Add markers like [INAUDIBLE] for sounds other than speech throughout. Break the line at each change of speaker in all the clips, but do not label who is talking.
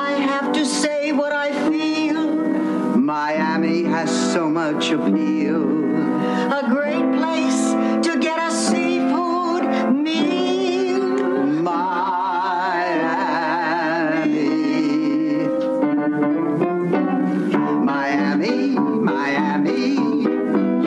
I have to say what I feel. Miami has so much appeal. A great place to get a seafood meal. Miami. Miami, Miami,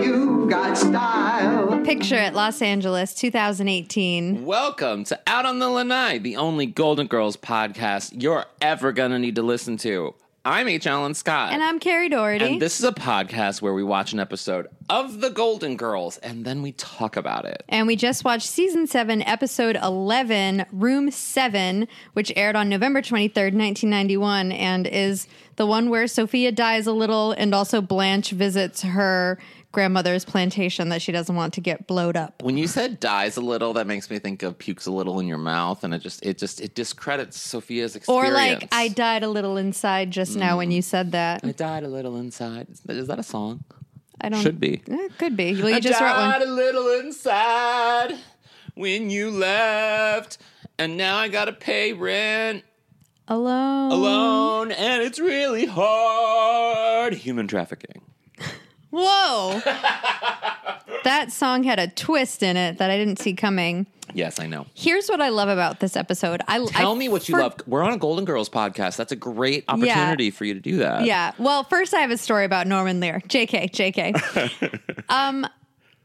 you've got style.
Picture at Los Angeles 2018.
Welcome to Out on the Lanai, the only Golden Girls podcast you're ever going to need to listen to. I'm H. Allen Scott.
And I'm Carrie Doherty.
And this is a podcast where we watch an episode of The Golden Girls and then we talk about it.
And we just watched season 7, episode 11, Room 7, which aired on November 23rd, 1991, and is the one where Sophia dies a little and also Blanche visits her grandmother's plantation that she doesn't want to get blowed up.
When you said dies a little, that makes me think of pukes a little in your mouth, and it just it just it discredits Sophia's
Or,
experience. Mm.
like, I died a little inside just now when you said that.
I died a little inside. Is that a song?
I don't.
Should be.
Eh, could be. Well, you
I
just wrote one.
died a little inside when you left, and now I gotta pay rent
Alone.
alone, and it's really hard. Human trafficking. [LAUGHS]
Whoa! that song had a twist in it that I didn't see coming.
Yes, I know.
Here's what I love about this episode. I
Tell
I
me what you
for-
love. We're on a Golden Girls podcast. That's a great opportunity for you to do that.
Yeah. Well, first I have a story about Norman Lear. JK,
[LAUGHS]
JK. um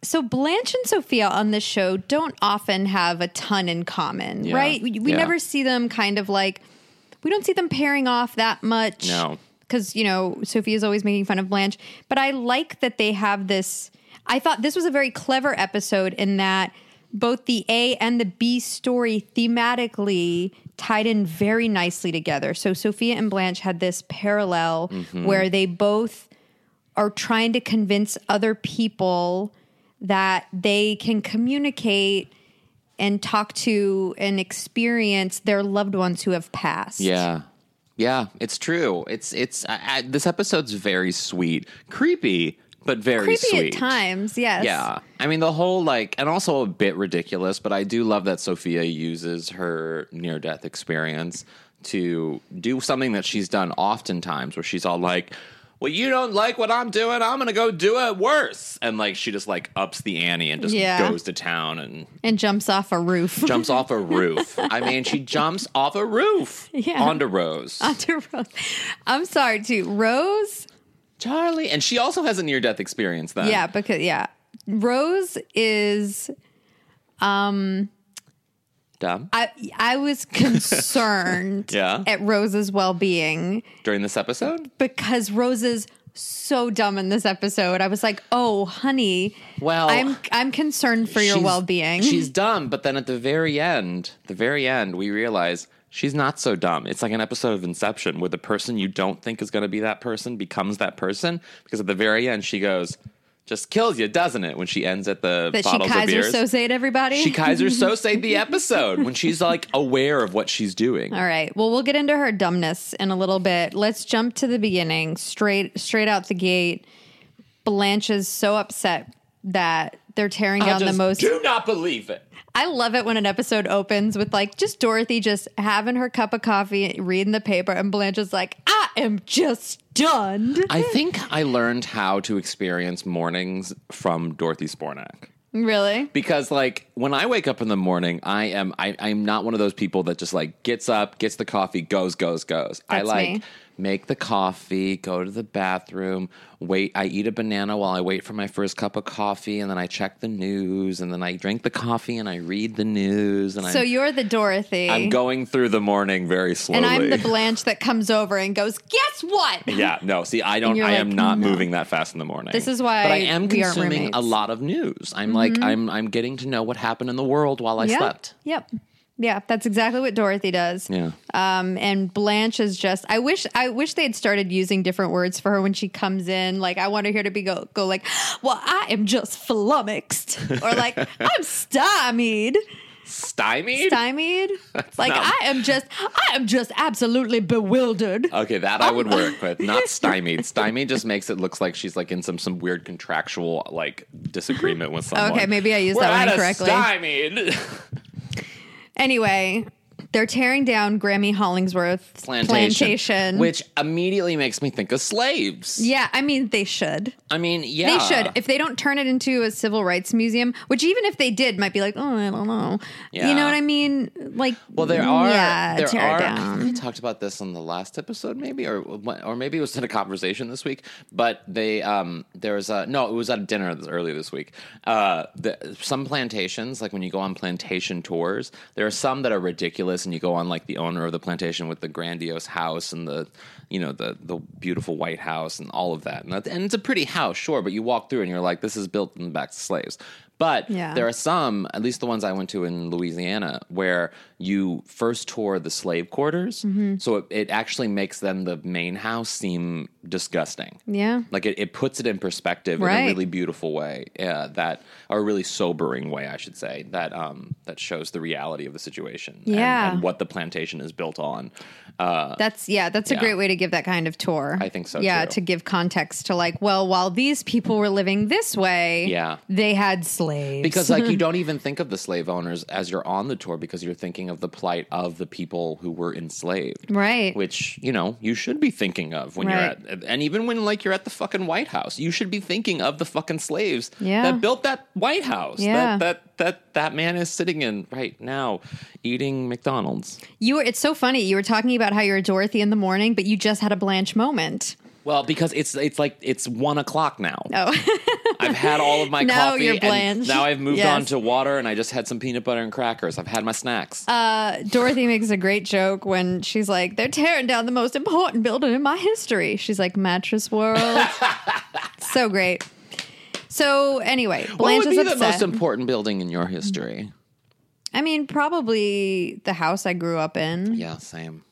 so Blanche and Sophia on this show don't often have a ton in common,
Yeah.
right? We, we
Yeah.
never see them kind of like we don't see them pairing off that much.
No.
Cuz you know, Sophia's always making fun of Blanche, but I like that they have this I thought this was a very clever episode in that both the A and the B story thematically tied in very nicely together. So Sophia and Blanche had this parallel
Mm-hmm.
where they both are trying to convince other people that they can communicate and talk to and experience their loved ones who have passed.
Yeah. Yeah, it's true. It's it's I, I, this episode's very sweet, creepy, but very
Creepy
sweet.
at times, yes.
Yeah. I mean, the whole like, and also a bit ridiculous, but I do love that Sophia uses her near death experience to do something that she's done oftentimes where she's all like, well, you don't like what I'm doing. I'm going to go do it worse. And like, she just like ups the ante and just
Yeah.
goes to town and
And jumps off a roof.
jumps off a roof. I mean, she jumps off a roof
Yeah. Uh,
onto
[LAUGHS]
Rose.
onto Rose. I'm sorry, too. Rose.
Charlie. And she also has a near death experience then.
Yeah, because yeah, Rose is.
Dumb.
I I
[LAUGHS]
was concerned
Yeah.
at Rose's well being
During this episode?
because Rose is so dumb in this episode. I was like, oh, honey.
Well-
I'm I'm concerned for your
She's-
well being.
She's dumb, but then at the very end, the very end, we realize she's not so dumb. It's like an episode of Inception where the person you don't think is going to be that person becomes that person because at the very end she goes, "Just kills you, doesn't it?" When she ends at the
that she
bottles of
Kaiser
beers.
Sosate everybody.
she Kaiser so saved the episode when she's like aware of what she's doing.
All right. Well, we'll get into her dumbness in a little bit. Let's jump to the beginning, straight straight out the gate. Blanche is so upset that they're tearing
I
down the
just
most.
do not believe it.
I love it when an episode opens with like just Dorothy just having her cup of coffee, reading the paper, and Blanche is like, "I am just stunned."
I think I learned how to experience mornings from Dorothy Spornak.
Really?
because like when I wake up in the morning, I am I I'm not one of those people that just like gets up, gets the coffee, goes goes goes. I
That's
like
me.
make the coffee, go to the bathroom, wait. I eat a banana while I wait for my first cup of coffee, and then I check the news, and then I drink the coffee and I read the news, and
So
I'm,
you're the Dorothy,
I'm going through the morning very slowly.
and
[LAUGHS]
I'm the Blanche that comes over and goes, "Guess what?"
Yeah, no. See, I
And
don't.
you're
I
like,
am not
"No."
moving that fast in the morning.
This is why
But I am
we aren't
consuming
roommates. Mm-hmm.
a lot of news. I'm like, I'm, I'm getting to know what happened in the world while I
Yep.
slept.
Yep. Yeah, that's exactly what Dorothy does.
Yeah.
Um, and Blanche is just. I wish. I wish they had started using different words for her when she comes in. Like, I want her here to be go go like, well, I am just
[LAUGHS]
flummoxed, or like, I'm stymied,
Stymied?
stymied. like,
not-
I am just. I am just absolutely bewildered.
Okay, that I
Oh.
would work
[LAUGHS]
with. Not stymied. Stymied just makes it looks like she's like in some some weird contractual like disagreement with someone.
Okay, maybe I used
We're
that one
at a
incorrectly.
Stymied.
Anyway, they're tearing down Grammy Hollingsworth's
plantation,
plantation.
which immediately makes me think of slaves.
yeah, I mean, they should.
I mean, yeah,
They should. If they don't turn it into a civil rights museum, which even if they did, might be like, oh, I don't know.
Yeah.
You know what I mean? Like,
Well, there are.
Mm, Yeah,
there
tear
are.
it
I think
down.
we talked about this on the last episode, maybe, or or maybe it was in a conversation this week. But they, um, there was a no, it was at a dinner this- earlier this week. Uh, the, some plantations, like when you go on plantation tours, there are some that are ridiculous, and you go on like the owner of the plantation with the grandiose house and the, you know, the the beautiful White House and all of that, and, that, and it's a pretty house, sure, but you walk through and you're like, this is built in the back of slaves. But
Yeah.
there are some, at least the ones I went to in Louisiana, where you first tour the slave quarters.
Mm-hmm.
So it, it actually makes them the main house seem disgusting.
Yeah.
Like it, it puts it in perspective in
Right.
a really beautiful way. Yeah, that or a really sobering way, I should say, that um that shows the reality of the situation. and-
Yeah.
And, what the plantation is built on. Uh
That's, yeah, that's a
Yeah.
great way to give that kind of tour.
I think so,
Yeah,
too.
to give context to like, well, while these people were living this way,
Yeah.
they had slaves.
because like
[LAUGHS]
you don't even think of the slave owners as you're on the tour because you're thinking of the plight of the people who were enslaved.
right.
which you know you should be thinking of when
Right.
you're at and even when like you're at the fucking white house you should be thinking of the fucking slaves
Yeah.
that built that white house
Yeah.
that, that that that man is sitting in right now eating mcdonald's
you were, it's so funny. You were talking about how you're a Dorothy in the morning, but you just had a Blanche moment.
well because it's it's like it's one o'clock now
Oh, [LAUGHS]
i've had all of my
Now
coffee
you're
and
Blanche.
now i've moved
Yes.
on to water and i just had some peanut butter and crackers i've had my snacks
Uh, Dorothy makes a great joke when she's like, "They're tearing down the most important building in my history." She's like, "Mattress
[LAUGHS]
World." so great. So anyway,
what
Blanche
would be
is
the most
upset.
important building in your history
I mean, probably the house I grew up in.
Yeah, same.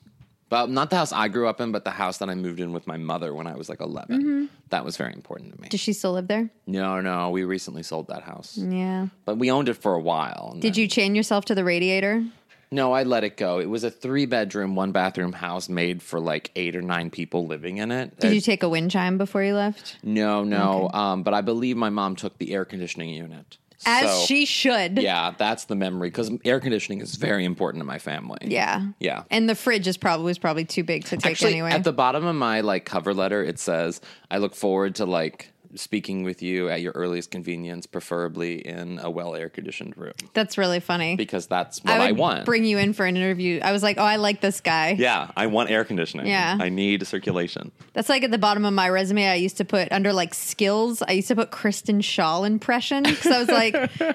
But not the house I grew up in, but the house that I moved in with my mother when I was like 11.
Mm-hmm.
That was very important to me.
Does she still live there?
No, no, we recently sold that house.
Yeah.
But we owned it for a while. and
Mm. Did
then-
you chain yourself to the radiator?
No, I let it go. It was a three bedroom, one bathroom house made for like eight or nine people living in it.
Did
It-
you take a wind chime before you left?
no, no. Um, but I believe my mom took the air conditioning unit.
As
So,
she should.
Yeah, that's the memory because air conditioning is very important to my family.
Yeah.
Yeah.
And the fridge is probably was probably too big to take
Actually,
anyway.
at the bottom of my like cover letter, it says, "I look forward to like speaking with you at your earliest convenience, preferably in a well air conditioned room,
That's really funny.
because that's what I,
would
want."
bring you in for an interview. I was like, "Oh, I like this guy."
yeah, I want air conditioning.
Yeah.
I need circulation.
That's like at the bottom of my resume. I used to put under like skills. I used to put Kristen Shaw impression because I was like,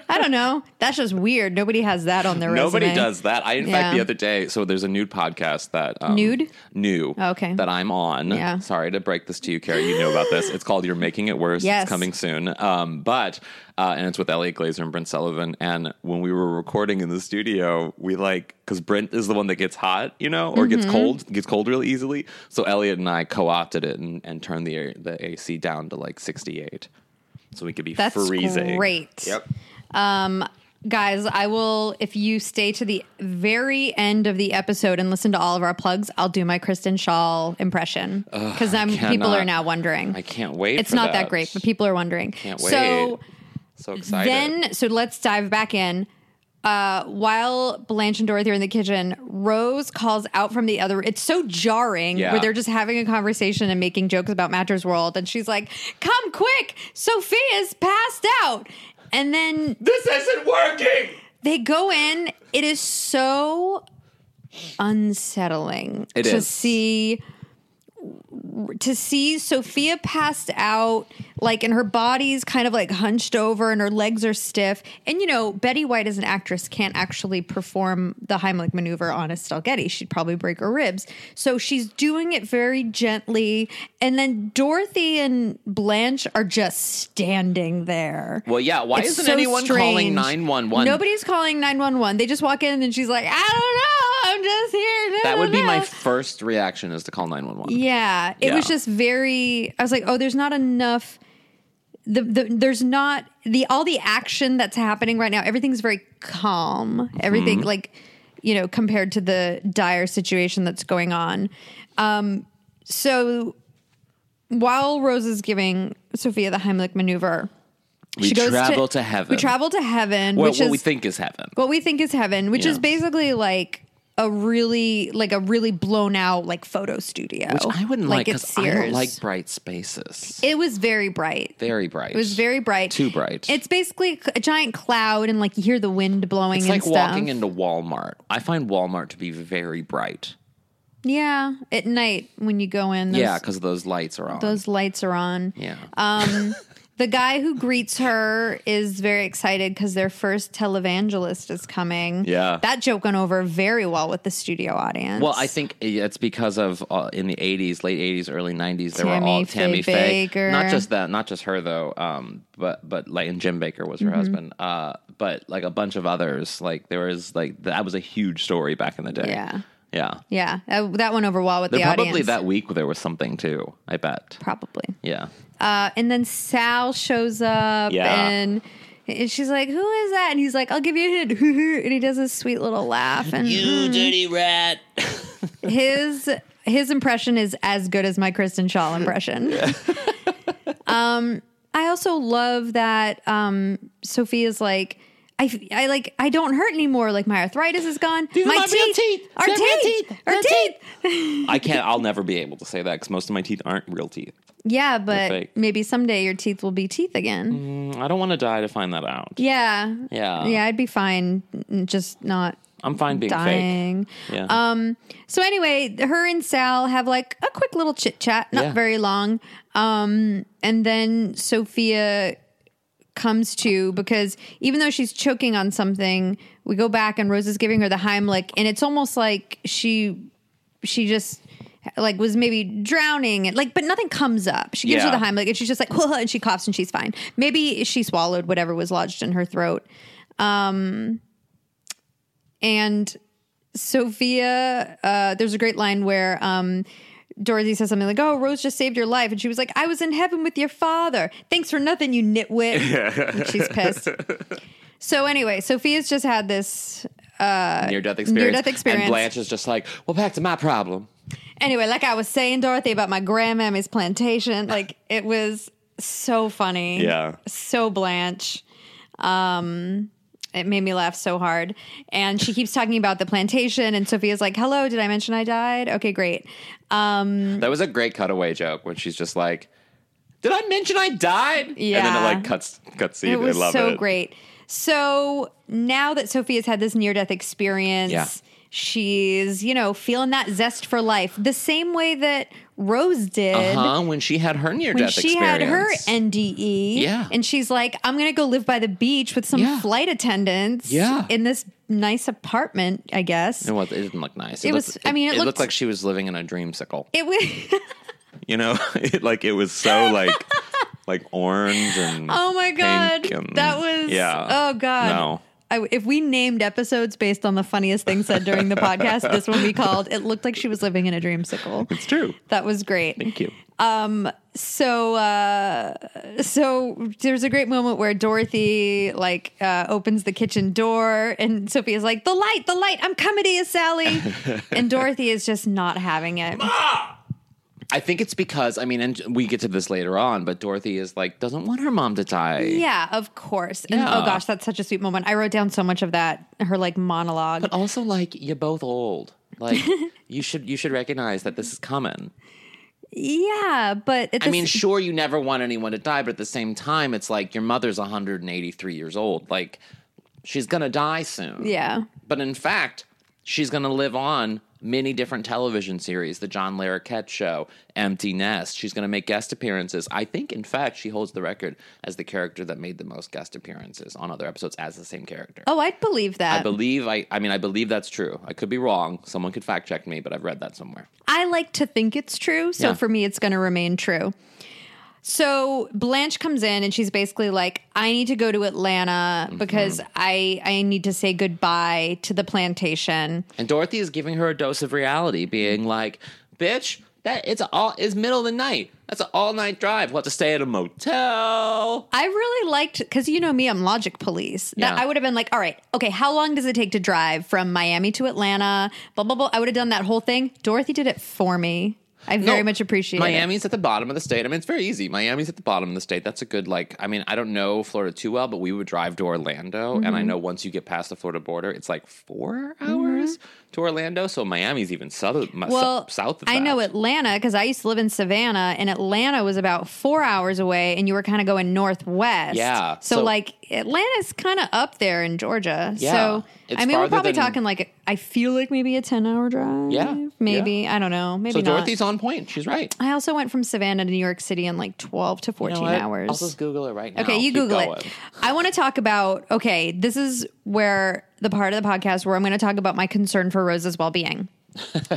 I don't know. That's just weird. Nobody has that on their resume.
Nobody does that. I, in fact,
Yeah.
the other day, so there's a nude podcast that um,
Nude? Oh,
new,
Okay.
that I'm on.
Yeah.
Sorry to break this to you, Carrie. You know about this. It's called "You're Making It Worse."
Yes.
It's coming soon. Um, but uh, and it's with Elliot Glazer and Brent Sullivan. And when we were recording in the studio, we like because Brent is the one that gets hot, you know, or
Mm-hmm.
gets cold, gets cold really easily. So Elliot and I co-opted it and, and turned the air, the AC down to like 68, so we could be
That's
freezing.
great.
Yep.
Guys, I will, if you stay to the very end of the episode and listen to all of our plugs, I'll do my Kristen Shaw impression because I'm people
cannot-
are now wondering.
I can't wait.
It's
for
not that. great, but people are wondering.
Can't
So
wait. So excited.
Then, so let's dive back in. Uh, while Blanche and Dorothy are in the kitchen, Rose calls out from the other. It's so jarring
Yeah.
where they're just having a conversation and making jokes about Matter's World, and she's like, "Come quick, Sophia's passed out." And then
This isn't working.
they go in. It is so unsettling
It
to
is.
see to see Sophia passed out, like, and her body's kind of like hunched over and her legs are stiff. And, you know, Betty White as an actress can't actually perform the Heimlich maneuver on Estelle Getty. She'd probably break her ribs. So she's doing it very gently. And then Dorothy and Blanche are just standing there.
Well, yeah. Why
It's
isn't
so
anyone
strange.
calling nine one one?
Nobody's calling 911. They just walk in and she's like, I don't know. I'm just here. No,
That
no,
would be my
no."
first reaction is to call nine one one.
Yeah, it
Yeah.
was just very. I was like, oh, there's not enough. The, the there's not the all the action that's happening right now. Everything's very calm. Everything
Mm-hmm.
like you know compared to the dire situation that's going on. Um, so while Rose is giving Sophia the Heimlich maneuver,
We
she goes
travel to heaven.
We travel to heaven,
Well,
which
what
is
we think is heaven.
what we think is heaven, which
Yeah.
is basically like a really like a really blown out like photo studio.
Which I wouldn't like
at
because I don't
Sears.
like bright spaces.
it was very bright.
very bright.
It was very bright.
Too bright.
It's basically a giant cloud and like you hear the wind blowing
It's
and
like
stuff.
walking into Walmart. I find Walmart to be very bright.
yeah, at night when you go in those,
yeah, because those lights are on.
those lights are on.
yeah.
Um the guy who greets her is very excited because their first televangelist is coming.
Yeah.
That joke went over very well with the studio audience.
well, I think it's because of uh, in the '80s, late '80s, early '90s, there were all
Tammy Faye
Tammy Faye.
Baker.
Not just that, not just her though. Um, but but like and Jim Baker was her
Mm-hmm.
husband. Uh, but like a bunch of others. Like there was like that was a huge story back in the day.
Yeah.
yeah.
Yeah, that, that went over well with
Then
the
probably
audience.
that week there was something too. I bet.
probably.
Yeah.
Uh, and then Sal shows up,
Yeah.
and, and she's like, "Who is that?" And he's like, "I'll give you a hint." [LAUGHS] and he does a sweet little laugh,
[LAUGHS]
and
dirty rat.
his his impression is as good as my Kristen Shaw
[LAUGHS]
impression. [LAUGHS] um, I also love that um, Sophie is like. I, I like I don't hurt anymore. Like my arthritis is gone.
These are
my
my real
teeth,
teeth.
our
They're
teeth,
my teeth.
our
They're
teeth.
I can't. I'll never be able to say that because most of my teeth aren't real teeth.
Yeah, but
fake.
maybe someday your teeth will be teeth again.
Mm, I don't want to die to find that out.
Yeah.
Yeah.
Yeah, I'd be fine n- just not
I'm fine being fake.
dying.
Yeah.
Um so anyway, her and Sal have like a quick little chit chat, not
Yeah.
very long. Um and then Sophia comes to because even though she's choking on something, we go back and Rose is giving her the Heimlich and it's almost like she she just like was maybe drowning and like but nothing comes up. She gives her
Yeah.
the Heimlich and she's just like [LAUGHS] and she coughs and she's fine. Maybe she swallowed whatever was lodged in her throat. Um and Sophia, uh, there's a great line where um, Dorothy says something like, "Oh, Rose just saved your life," and she was like, "I was in heaven with your father. Thanks for nothing, you nitwit." And She's pissed. So anyway, Sophia's just had this.
near death experience.
near-death experience.
And Blanche is just like, well, back to my problem.
Anyway, like I was saying, Dorothy about my grandmammy's plantation. Like it was so funny.
Yeah.
so Blanche. Um, it made me laugh so hard. And she keeps talking about the plantation, and Sophia's like, "Hello, did I mention I died? Okay, great." Um,
That was a great cutaway joke when she's just like, did I mention I died? And then
Yeah.
it like cuts cuts scene.
It was
I love
so
it.
great. So now that Sophia's had this near death experience,
Yeah.
she's, you know, feeling that zest for life the same way that Rose did.
Huh? Uh-huh, When she had her near
When
death
she
experience.
had her NDE,
Yeah.
and she's like, "I'm gonna go live by the beach with some
Yeah.
flight attendants,
Yeah.
in this nice apartment, I guess."
It, was, it didn't look nice.
It
looked-
was- I mean, it
looked,
looked-
like she was living in
[LAUGHS]
a dreamsicle.
It was,
You know, [LAUGHS] it, like it was so
[LAUGHS]
like like orange and
oh my god,
pink and-
that was,
yeah.
oh god,
No.
I, if we named episodes based on the funniest things said during the podcast, this one we called "It looked like she was living in a dreamsicle."
[LAUGHS] It's true.
That was great.
Thank you.
So, uh, so there's a great moment where Dorothy like uh, opens the kitchen door, and Sophia's like, "The light, the light! I'm coming to you,
[LAUGHS]
Sally." and Dorothy is just not having it.
I think it's because I mean, and we get to this later on, but Dorothy is like doesn't want her mom to die.
Yeah, of course. And
Yeah.
oh gosh, that's such a sweet moment. I wrote down so much of that. Her like monologue.
But also, like you're both old.
[LAUGHS]
Like you should you should recognize that this is coming.
yeah, but at
I
the
mean,
s-
sure, you never want anyone to die, but at the same time, it's like your mother's 183 years old. Like she's gonna die soon.
yeah.
But in fact, she's gonna live on many different television series, the John Larroquette show, Empty Nest. She's going to make guest appearances. I think, in fact, she holds the record as the character that made the most guest appearances on other episodes as the same character.
Oh, I'd believe that.
I believe I I mean I believe that's true. I could be wrong. Someone could fact check me, but I've read that somewhere.
I like to think it's true. So
Yeah.
for me, it's going to remain true. So Blanche comes in and she's basically like, I need to go to Atlanta
Mm-hmm.
because I, I need to say goodbye to the plantation.
And Dorothy is giving her a dose of reality, being like, "Bitch, that it's all it's middle of the night. That's an all night drive. We'll have to stay at a motel."
I really liked because you know me, I'm logic police. That
Yeah.
I would have been like, all right, okay, how long does it take to drive from Miami to Atlanta? Blah blah blah. I would have done that whole thing. Dorothy did it for me. I very
No,
much appreciate it.
Miami's at the bottom of the state. I mean, it's very easy. Miami's at the bottom of the state. That's a good like. I mean, I don't know Florida too well, but we would drive to Orlando, and
Mm-hmm.
I know once you get past the Florida border, it's like four hours to Orlando. So Miami's even south,
Well,
south. Of
I
that.
know Atlanta because I used to live in Savannah, and Atlanta was about four hours away, and you were kind of going northwest.
Yeah,
So,
so-
like Atlanta's kind of up there in Georgia.
Yeah,
So
it's
I mean, we're
farther
probably
than-
talking like I feel like maybe a ten-hour drive.
Yeah,
Maybe I don't know. Maybe
So
not.
Dorothy's on point. She's right.
I also went from Savannah to New York City in like 12 to 14 hours.
I'll just Google it right now.
okay, you
Keep
Google
going.
it. I want to talk about, okay, this is where the part of the podcast where I'm going to talk about my concern for Rose's well
[LAUGHS]
being.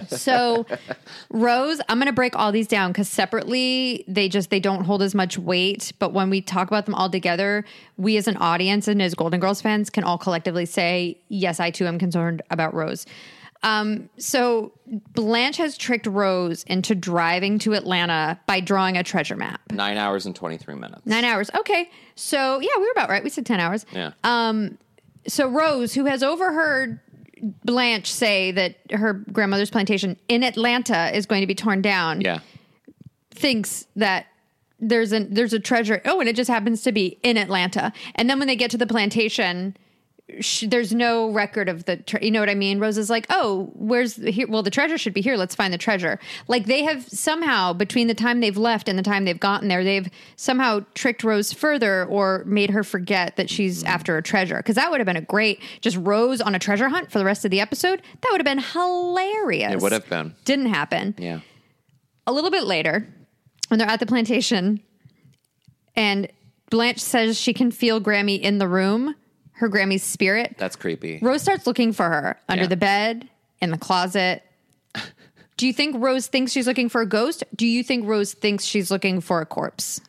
so Rose, I'm going to break all these down cuz separately they just they don't hold as much weight, but when we talk about them all together, we as an audience and as Golden Girls fans can all collectively say, yes, I too am concerned about Rose. Um, so Blanche has tricked Rose into driving to Atlanta by drawing a treasure map.
Nine hours and 23 minutes.
Nine hours. Okay. So yeah, we were about right. We said ten hours.
Yeah.
um, So Rose, who has overheard Blanche say that her grandmother's plantation in Atlanta is going to be torn down,
yeah.
thinks that there's an there's a treasure. Oh, and it just happens to be in Atlanta. And then when they get to the plantation, sh- there's no record of the. Tre- you know what I mean? Rose is like, oh, where's the, here? Well, the treasure should be here. Let's find the treasure. Like they have somehow between the time they've left and the time they've gotten there, they've somehow tricked Rose further or made her forget that
Mm.
she's after a treasure. Because that would have been a great just Rose on a treasure hunt for the rest of the episode. That would have been hilarious.
It would have been.
Didn't happen
Yeah.
a little bit later, when they're at the plantation, and Blanche says she can feel Grammy in the room, her Grammy's spirit.
That's creepy.
Rose starts looking for her under
Yeah.
the bed, in the
[LAUGHS]
closet. Do you think Rose thinks she's looking for a ghost? Do you think Rose thinks she's looking for a corpse?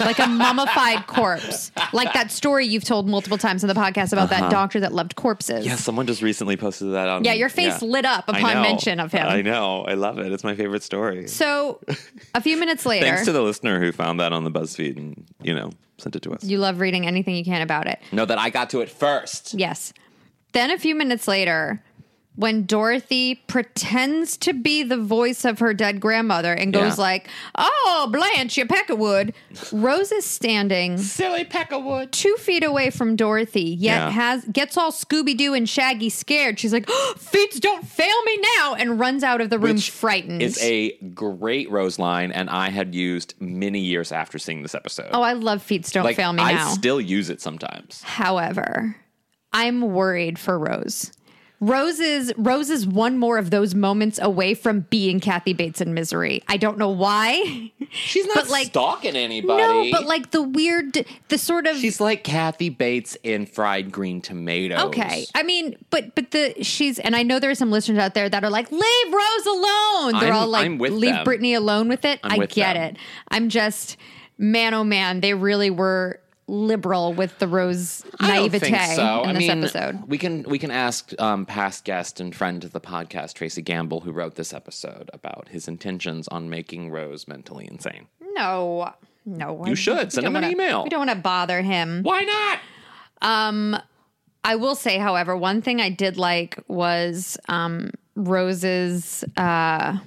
like a mummified corpse. Like that story you've told multiple times in the podcast about
Uh-huh.
that doctor that loved corpses.
Yeah, someone just recently posted that on.
Yeah, your face lit up
I
upon
know.
mention of him.
I know. I love it. It's my favorite story.
So a few minutes later.
Thanks to the listener who found that on the BuzzFeed and, you know, sent it to us.
you love reading anything you can about it.
know that I got to it first.
Yes. Then a few minutes later, when Dorothy pretends to be the voice of her dead grandmother and goes
Yeah.
like, "Oh, Blanche, you peck of wood," Rose is standing
Silly Peckerwood.
two feet away from Dorothy, yet
Yeah.
has gets all Scooby Doo and Shaggy scared. She's like, oh, "Feats don't fail me now," and runs out of the room frightened.
It's a great rose line, and I had used many years after seeing this episode.
oh, I love feats don't
like,
fail me
I
now.
still use it sometimes.
However, I'm worried for Rose. Rose is, Rose is one more of those moments away from being Kathy Bates in misery. I don't know
[LAUGHS]
why.
She's not
But, like-
stalking anybody.
No, but like the weird, the sort of.
She's like Kathy Bates in Fried Green Tomatoes.
Okay, I mean, but but the she's and I know there are some listeners out there that are like, leave Rose alone. They're
I'm-
all like,
I'm with
leave
them.
Brittany alone with it. i
with
get
them.
it. I'm just man, oh man, they really were liberal with the Rose naivete in this episode.
We can we can ask um, past guest and friend of the podcast Tracy Gamble, who wrote this episode, about his intentions on making Rose mentally insane.
No, no.
You should. Send
We don't
him an
wanna-
email.
We don't want to bother him.
Why not?
I will say, however, one thing I did like was um, Rose's uh,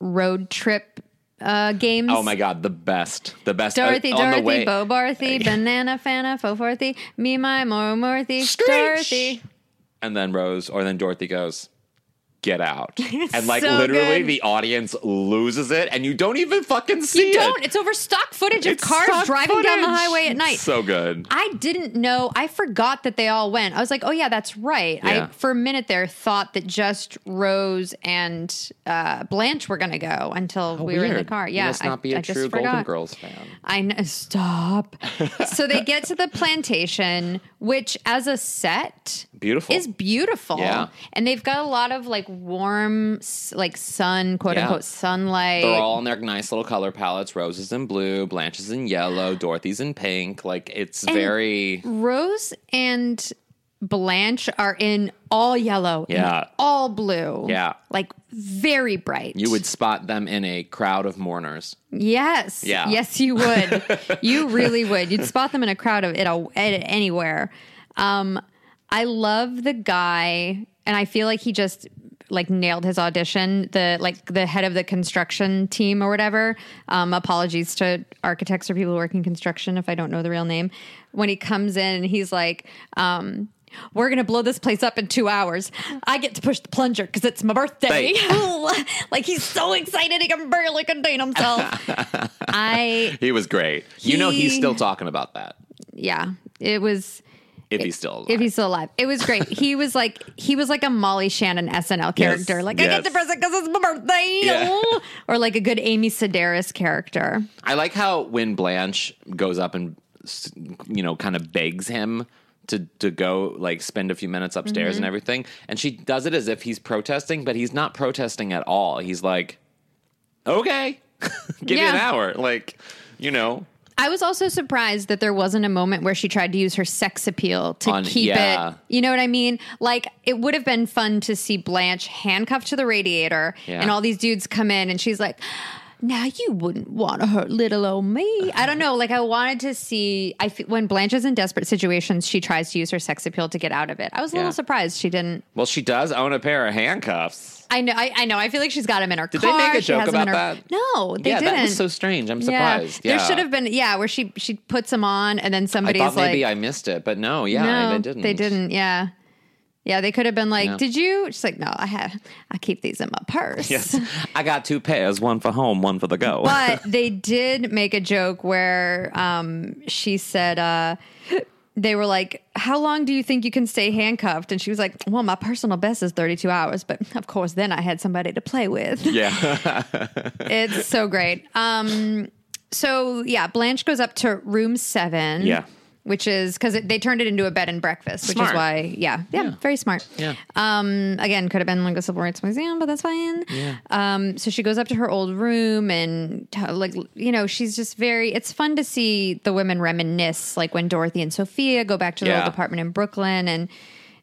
road trip uh, games.
Oh my God, the best, the best. Uh,
Dorothy,
on the
Dorothy,
way-
Bo
[LAUGHS]
Barthy, Banana Fana, Foforthy, Me My Moro Morthy,
Screech!
Dorothy.
and then Rose, or then Dorothy goes, Get
[LAUGHS]
Out. and like
so
literally
good.
the audience loses it and you don't even fucking see
you don't.
it.
It's over stock footage of
It's
cars
stock
driving down the
footage.
highway at night.
So good.
I didn't know. I forgot that they all went. I was like, oh yeah, that's right.
Yeah.
I for a minute there thought that just Rose and uh, Blanche were going to go until we were in the
Weird.
car.
You
Yeah,
must not
I,
be a
I
true
just
Golden
forgot.
Girls fan.
I know. Stop. so they get to the plantation, which as a set
Beautiful.
is beautiful.
Yeah.
And they've got a lot of like warm, s- like sun, quote
Yeah.
unquote, sunlight.
They're all in their nice little color palettes. Rose is in blue, Blanche is in yellow, Dorothy's in pink. Like it's very
Rose and Blanche are in all yellow, and
Yeah.
all blue,
Yeah.
like very bright.
you would spot them in a crowd of mourners.
yes,
Yeah.
yes, you would. you really would. You'd spot them in a crowd of it a- at anywhere. Um, I love the guy, and I feel like he just like nailed his audition. The like the head of the construction team or whatever. Um, apologies to architects or people who work in construction if I don't know the real name. When he comes in, and he's like. Um, we're gonna blow this place up in two hours. I get to push the plunger because it's my birthday. [LAUGHS] like he's so excited he can barely contain himself. I
He was great. You know he's
He-
still talking about that.
yeah, it was
If he's still alive.
if he's still alive. It was great. he was like he was like a Molly Shannon SNL character. Like I
yes.
get the present because it's my birthday,
Yeah.
Oh. or like a good Amy Sedaris character.
I like how when Blanche goes up and s- you know kind of begs him to to go like spend a few minutes upstairs
Mm-hmm.
and everything, and she does it as if he's protesting, but he's not protesting at all. He's like, "Okay, [LAUGHS] give me an
Yeah.
hour," like you know.
I was also surprised that there wasn't a moment where she tried to use her sex appeal to
On-
keep
yeah.
it. You know what I mean? Like it would have been fun to see Blanche handcuffed to the radiator
Yeah.
and all these dudes come in and she's like, "Now you wouldn't want to hurt little old me." I don't know, like I wanted to see I f- when Blanche is in desperate situations, she tries to use her sex appeal to get out of it. I was a
Yeah.
little surprised she didn't.
Well, she does own a pair of handcuffs.
I know I, I know. I feel like she's got him in her
Did they
car.
make a
she
joke
has him in
about
her-
that?
No, they
yeah,
didn't.
that was so strange. I'm surprised. Yeah,
There should have been, yeah, where she she puts them on and then
I
somebody's
thought
like,
maybe I missed it, but no, yeah,
no,
they didn't.
They didn't. Yeah, yeah. They could have been like,
Yeah.
"Did you?" She's like, "No, I have. I keep these in my purse."
Yes, [LAUGHS] I got two pairs, one for home, one for the go.
[LAUGHS] But they did make a joke where um, she said uh, they were like, "How long do you think you can stay handcuffed?" And she was like, "Well, my personal best is 32 hours, but of course, then I had somebody to play with."
[LAUGHS] yeah.
it's so great. Um, so yeah, Blanche goes up to room seven.
Yeah.
Which is because they turned it into a bed and breakfast, which
Smart.
is why, yeah, yeah, very smart.
Yeah.
Um. Again, could have been like a civil rights museum, but that's fine. Yeah. Um. So she goes up to her old room and t- like you know she's just very. It's fun to see the women reminisce, like when Dorothy and Sophia go back to their
Yeah.
old apartment in Brooklyn and.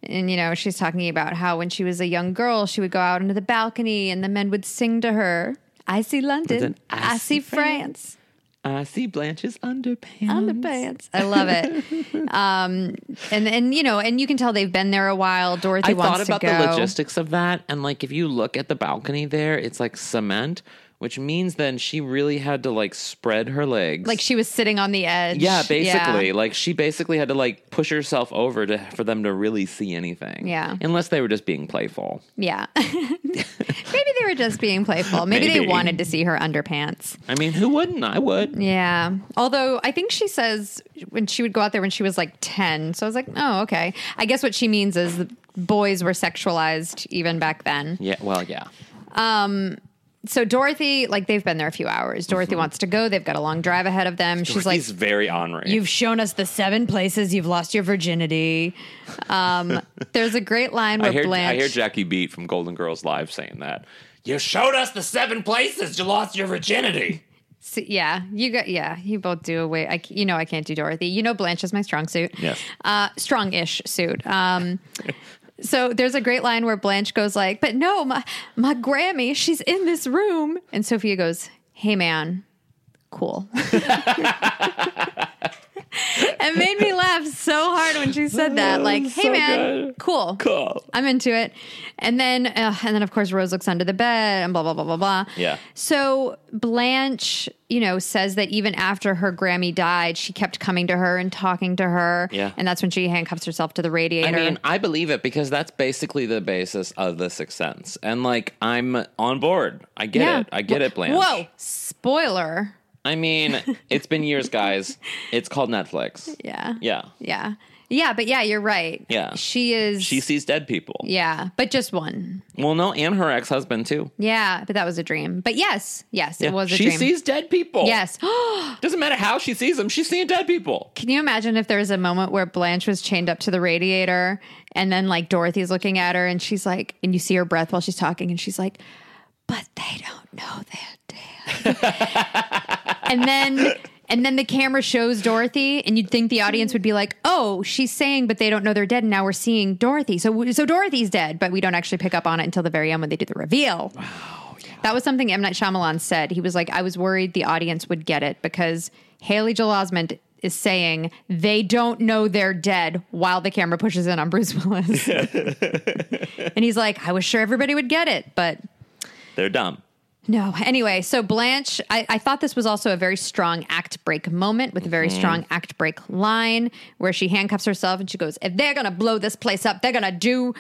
And you know she's talking about how when she was a young girl she would go out into the balcony and the men would sing to her. I see London,
London,
I, see France.
I see Blanche's underpants.
Underpants. I love
[LAUGHS]
it. Um, and and you know, and you can tell they've been there a while. Dorothy
I
wants
thought about
to go.
the logistics of that. And like, if you look at the balcony there, it's like cement, which means then she really had to like spread her legs.
Like she was sitting on the edge.
yeah, basically. Like, she basically had to like push herself over to for them to really see anything.
Yeah.
Unless they were just being playful.
Yeah. [LAUGHS] Maybe they were just being playful. Maybe, they
Maybe.
wanted to see her underpants.
I mean, who wouldn't? I would.
Yeah. Although I think she says when she would go out there when she was like 10. So I was like, oh, okay. I guess what she means is the boys were sexualized even back then.
Yeah. Well, yeah.
So Dorothy, like they've been there a few hours. Dorothy
Mm-hmm.
wants to go. They've got a long drive ahead of them. She's like,
He's very honorary.
You've shown us the seven places you've lost your virginity. Um, there's a great line where
[LAUGHS] I hear,
Blanche.
I hear Jackie Beat from Golden Girls Live saying that. You showed us the seven places you lost your virginity.
S- yeah, you got. Yeah, you both do away. I, c- you know, I can't do Dorothy. You know, Blanche is my strong suit.
Yes.
uh, strong-ish suit.
[LAUGHS]
Um, so there's a great line where Blanche goes like, "But no, my my Grammy, she's in this room," and Sophia goes, "Hey, man." [LAUGHS] Cool. it made me laugh so hard when she said that. Like, hey
Oh, so
man,
good.
cool.
Cool.
I'm into it. And then uh, and then of course Rose looks under the bed and blah blah blah blah blah.
Yeah.
So Blanche, you know, says that even after her Grammy died, she kept coming to her and talking to her.
Yeah.
And that's when she handcuffs herself to the
I
radiator.
mean, I believe it because that's basically the basis of the Sixth Sense, and like I'm on board. I get it. I get it, Blanche.
Whoa, spoiler.
I
[LAUGHS]
mean, it's been years, guys. It's called Netflix.
Yeah.
Yeah.
Yeah. Yeah, but yeah, you're right.
Yeah.
She is
She sees dead people.
Yeah, but just one.
Well, no, and her ex husband too.
Yeah, but that was a dream. But yes, yes,
Yeah.
it was a
she
dream.
sees dead people.
yes. [GASPS] Oh,
Doesn't matter how she sees them, she's seeing dead people.
Can you imagine if there was a moment where Blanche was chained up to the radiator and then like Dorothy's looking at her and she's like, and you see her breath while she's talking and she's like, but they don't know they're dead. [LAUGHS] and then. And then the camera shows Dorothy, and you'd think the audience would be like, "Oh, she's saying, but they don't know they're dead." And now we're seeing Dorothy, so so Dorothy's dead, but we don't actually pick up on it until the very end when they do the reveal. That was something M. Night Shyamalan said. He was like, I was worried the audience would get it because Haley Joel Osment is saying they don't know they're dead while the camera pushes in on Bruce Willis. and he's like, I was sure everybody would get it, but
They're dumb.
no. Anyway, so Blanche, I, I thought this was also a very strong act break moment with a very strong act break line where she handcuffs herself and she goes, If they're going to blow this place up, they're going to do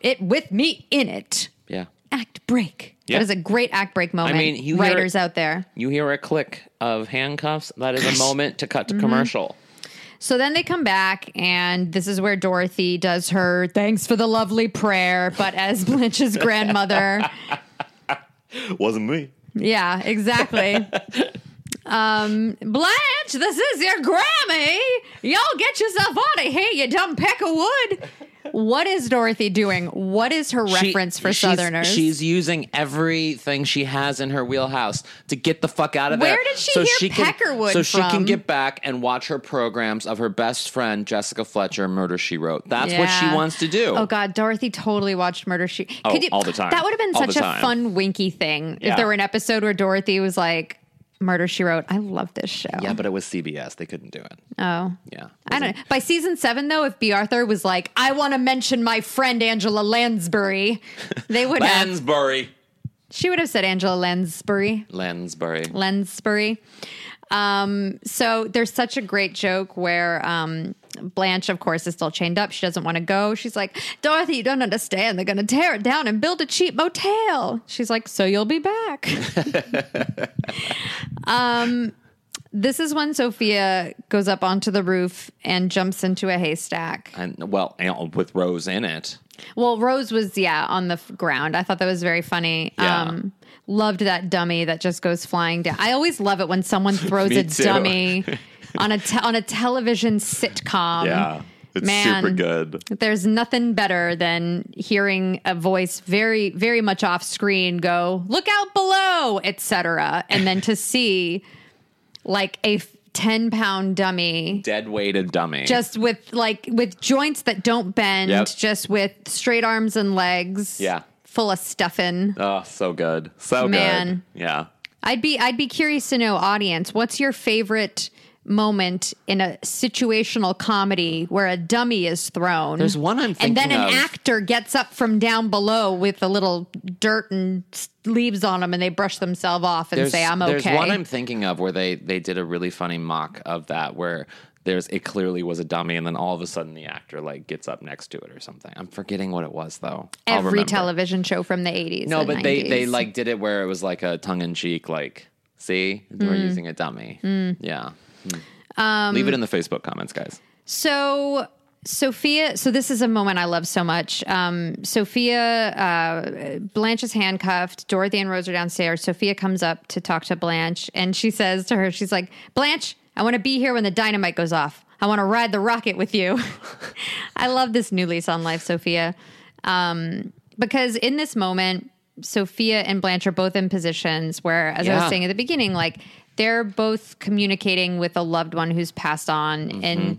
it with me in it
Yeah.
act break.
Yeah.
That is a great act break moment.
mean, you hear
writers
it-
out there.
You hear a click of handcuffs. That is a moment to cut to
Mm-hmm.
commercial.
So then they come back, and this is where Dorothy does her thanks for the lovely prayer, but as [LAUGHS] Blanche's grandmother.
Wasn't me.
Yeah, exactly. Um, Blanche, this is your Grammy. Y'all get yourself out of here, you dumb peck of wood. What is Dorothy doing? What is her reference for Southerners?
She's using everything she has in her wheelhouse to get the fuck out of
Where
there.
did she hear Peckerwood
Can, so she
from?
can get back and watch her programs of her best friend Jessica Fletcher, Murder She Wrote. That's what she
Yeah.
wants to do.
Oh God, Dorothy totally watched Murder She.
Oh, all the time.
That would have been
All
such
the
a
time.
fun winky thing if
Yeah.
there were an episode where Dorothy was like, "Murder She Wrote." I love this show.
Yeah, but it was CBS. They couldn't do it.
oh.
Yeah.
I don't know. By season seven, though, if B. Arthur was like, I want to mention my friend Angela Lansbury, they would
[LAUGHS]
have.
Lansbury.
She would have said Angela Lansbury.
Lansbury.
Lansbury. Um, so there's such a great joke where um, Blanche, of course, is still chained up. She doesn't want to go. She's like, Dorothy, you don't understand. They're going to tear it down and build a cheap motel. She's like, so you'll be back. um, this is when Sophia goes up onto the roof and jumps into a haystack.
and well, and with Rose in it.
Well, Rose was, yeah, on the f- ground. I thought that was very funny.
Yeah.
Um, loved that dummy that just goes flying down. I always love it when
[LAUGHS]
someone throws
Me
a
too. [LAUGHS]
dummy on a te- on a television sitcom.
It's
Um, Man, There's nothing better than hearing a voice very, very much off screen go, look out below, etc. And then to see like a f- 10 pound dummy
Dead weighted dummy.
just with like with joints that don't bend,
Yep.
just with straight arms and legs.
Yeah.
Full of stuffing.
oh, so good. So
Man.
good. Yeah.
I'd be I'd be curious to know, audience, what's your favorite moment in a situational comedy where a dummy is thrown?
There's one I'm
and then
thinking
an
of.
actor gets up from down below with a little dirt and s- leaves on them, and they brush themselves off and say, "I'm okay."
There's one I'm thinking of where they they did a really funny mock of that where there's it clearly was a dummy and then all of a sudden the actor like gets up next to it or something. I'm forgetting what it was though. I'll
Every
remember.
television show from the 80s.
No,
and
but they they
90s.
like did it where it was like a tongue in cheek like see we're
Mm.
using a dummy. Yeah. Um, Leave it in the Facebook comments, guys.
So Sophia, so this is a moment I love so much. Um, Sophia, uh, Blanche is handcuffed. Dorothy and Rose are downstairs. Sophia comes up to talk to Blanche, and she says to her, "She's like, Blanche, I want to be here when the dynamite goes off. I want to ride the rocket with you." [LAUGHS] I love this new lease on life, Sophia, um, because in this moment, Sophia and Blanche are both in positions where, as I was
Yeah.
saying at the beginning, like they're both communicating with a loved one who's passed on, and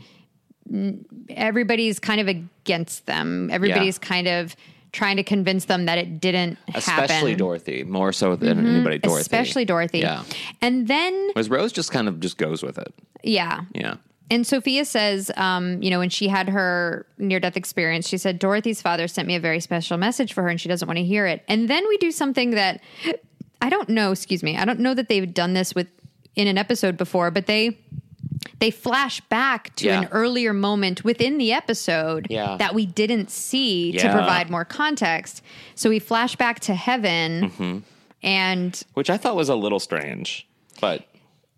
everybody's kind of against them. Everybody's kind of trying to convince them that it didn't
Especially
happen. Mm-hmm.
Dorothy, more so than anybody. Dorothy,
Especially Dorothy.
Yeah.
And then,
Whereas Rose just kind of just goes with it.
yeah.
Yeah.
And Sophia says, um, you know, when she had her near death experience, she said, Dorothy's father sent me a very special message for her and she doesn't want to hear it. And then we do something that I don't know, excuse me, I don't know that they've done this with in an episode before, but they they flash back to an
Yeah.
earlier moment within the episode
Yeah.
that we didn't see to
Yeah.
provide more context. So we flash back to heaven
Mm-hmm.
and
which I thought was a little strange, but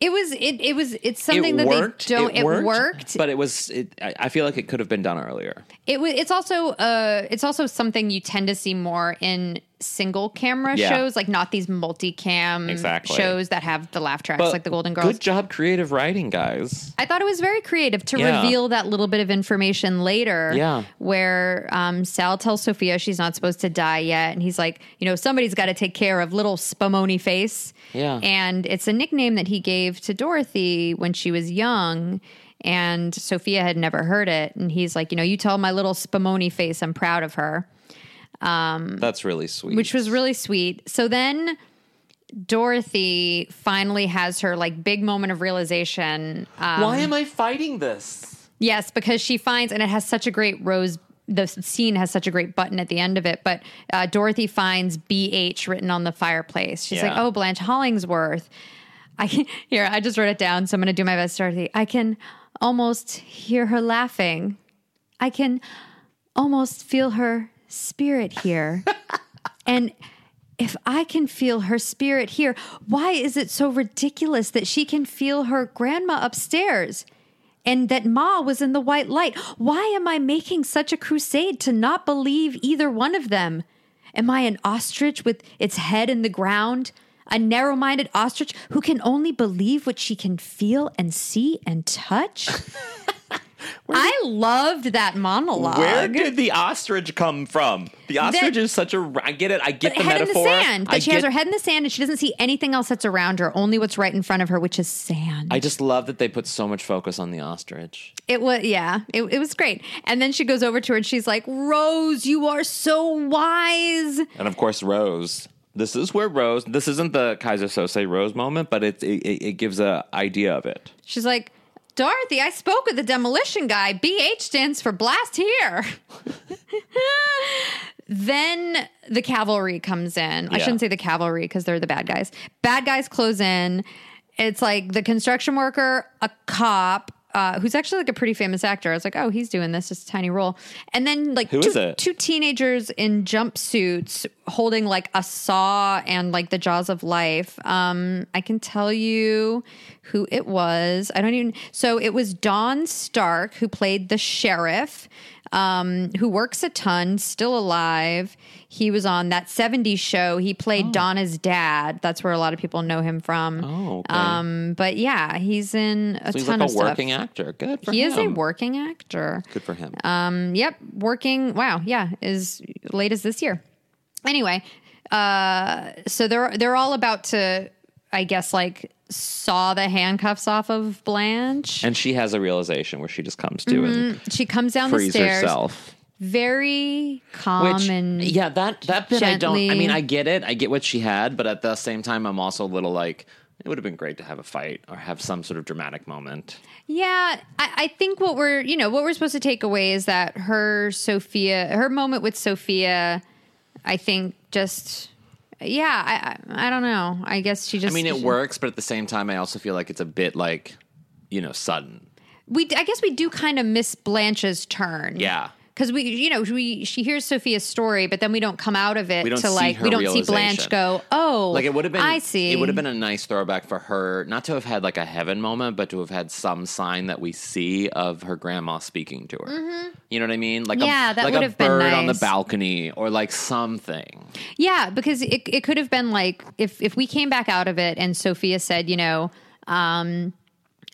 it was it it was it's something
it
that
worked.
they don't it, worked.
but it was. It, I I feel like it could have been done earlier.
It was. It's also. Uh, it's also something you tend to see more in single camera
Yeah.
shows, like not these multicam
Exactly.
shows that have the laugh tracks,
But
like the Golden Girls.
Good job, creative writing, guys.
I thought it was very creative to
Yeah.
reveal that little bit of information later.
Yeah.
Where um, Sal tells Sophia she's not supposed to die yet. And he's like, you know, somebody's got to take care of little Spumoni face.
Yeah.
And it's a nickname that he gave to Dorothy when she was young. And Sophia had never heard it. And he's like, you know, you tell my little Spumoni face I'm proud of her
That's really sweet.
which was really sweet. So then Dorothy finally has her like big moment of realization. Um,
why am I fighting this?
yes, because she finds, and it has such a great rose. The scene has such a great button at the end of it, but uh, Dorothy finds BH written on the fireplace. She's like,
Yeah.
"Oh, Blanche Hollingsworth." I [LAUGHS] can, here. I just wrote it down, so I'm going to do my best, Dorothy. I can almost hear her laughing. I can almost feel her spirit here. and if I can feel her spirit here, why is it so ridiculous that she can feel her grandma upstairs? And that Ma was in the white light. Why am I making such a crusade to not believe either one of them? Am I an ostrich with its head in the ground? A narrow minded ostrich who can only believe what she can feel and see and
[LAUGHS]
touch? I loved that monologue.
Where did the ostrich come from? The ostrich is such a. I get it. I get the
head in
metaphor.
the sand. That
I
she has her
get-
head in the sand and she doesn't see anything else that's around her, only what's right in front of her, which is sand.
I just love that they put so much focus on the ostrich.
it was yeah, it, it was great. And then she goes over to her and she's like, "Rose, you are so wise."
And of course, Rose. This is where Rose. This isn't the Kaiser Sose Rose moment, but it it, it gives a idea of it.
She's like, "Dorothy, I spoke with the demolition guy. BH stands for blast here." [LAUGHS] then the cavalry comes in. I
Yeah.
shouldn't say the cavalry because they're the bad guys. Bad guys close in. It's like the construction worker, a cop, uh, who's actually like a pretty famous actor. I was like, oh, he's doing this, just a tiny role. And then like
Who
two,
is it?
two teenagers in jumpsuits holding like a saw and like the jaws of life. Um, I can tell you who it was. I don't even. So it was Don Stark who played the sheriff um, who works a ton, still alive. He was on that 70s show. He played Donna's dad. That's where a lot of people know him from.
Oh, okay.
Um, but yeah, he's in a
So he's
ton
like a
of stuff.
working actor. Good for
He
him.
is a working actor.
Good for him.
Um, yep, working. Wow, yeah, is late as this year. Anyway, uh, so they're they're all about to, I guess, like saw the handcuffs off of Blanche.
and she has a realization where she just comes to and
she comes Mm-hmm. down the
frees
stairs,
herself.
very calm
Which,
and
yeah, that that bit I don't. I
gently-
mean, I get it. I get what she had, but at the same time, I'm also a little like it would have been great to have a fight or have some sort of dramatic moment.
Yeah, I, I think what we're you know what we're supposed to take away is that her Sophia, her moment with Sophia, I think just yeah, I I, I don't know. I guess she just.
I mean, it works, but at the same time, I also feel like it's a bit like you know sudden.
Mm. We I guess we do kind of miss Blanche's turn.
Yeah.
Because we, you know, we she hears Sophia's story, but then we don't come out of it
We don't
to
see
like
her
we don't see Blanche
realization.
go, oh,
Like it would have been.
I see.
It would have been a nice throwback for her not to have had like a heaven moment, but to have had some sign that we see of her grandma speaking to her. You know what I mean? Like
Mm-hmm. Yeah,
a,
that
like
would
a
have been
bird on the
nice.
balcony or like something.
Yeah, because it it could have been like if if we came back out of it and Sophia said, you know, um,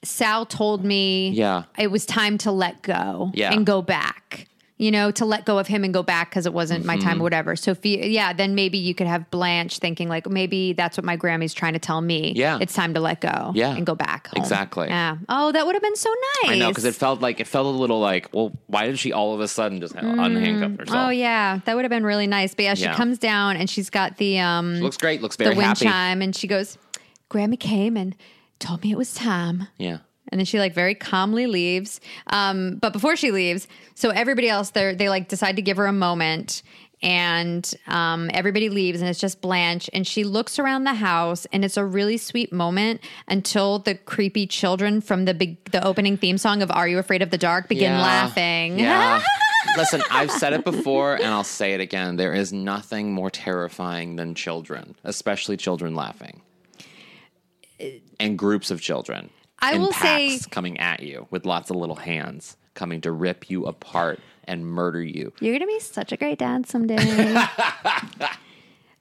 Sal told me,
Yeah.
it was time to let go,
Yeah.
and go back. You know, to let go of him and go back because it wasn't my
Mm-hmm.
time, or whatever. Sophia, yeah, then maybe you could have Blanche thinking like, maybe that's what my Grammy's trying to tell me.
Yeah.
it's time to let go.
Yeah.
and go back. home.
Exactly.
Yeah. Oh, that would have been so nice.
I know because it felt like it felt a little like, well, why did she all of a sudden just unhandcuff herself?
Oh yeah, that would have been really nice. But yeah, she
Yeah.
comes down and she's got the um.
looks great. Looks very
the wind
happy.
chime and she goes, Grammy came and told me it was time.
Yeah.
And then she like very calmly leaves. Um, but before she leaves, so everybody else there, they like decide to give her a moment. And um, everybody leaves, and it's just Blanche. And she looks around the house, and it's a really sweet moment until the creepy children from the big, the opening theme song of "Are You Afraid of the Dark" begin
Yeah.
laughing. [LAUGHS]
Yeah. Listen, I've said it before and I'll say it again. There is nothing more terrifying than children, especially children laughing. And groups of children.
I
in
will say-
packs coming at you with lots of little hands coming to rip you apart and murder you.
You're gonna be such a great dad someday. [LAUGHS]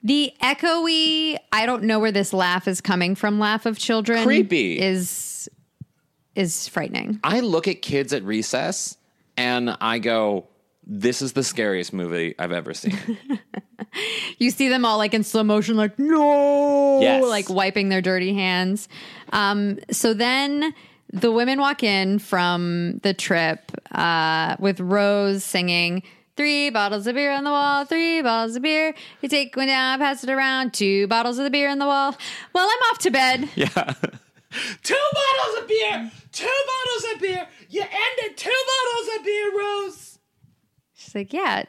the echoey, I don't know where this laugh is coming from. Laugh of children,
Creepy.
is is frightening.
I look at kids at recess and I go, this is the scariest movie I've ever seen.
You see them all like in slow motion, like no,
Yes.
like wiping their dirty hands. Um, so then the women walk in from the trip uh, with Rose singing. Three bottles of beer on the wall, three bottles of beer. You take one down, pass it around, two bottles of the beer on the wall. Well, I'm off to
[LAUGHS]
bed.
two bottles of beer, two bottles of beer. You ended two bottles of beer, Rose.
She's like, yeah,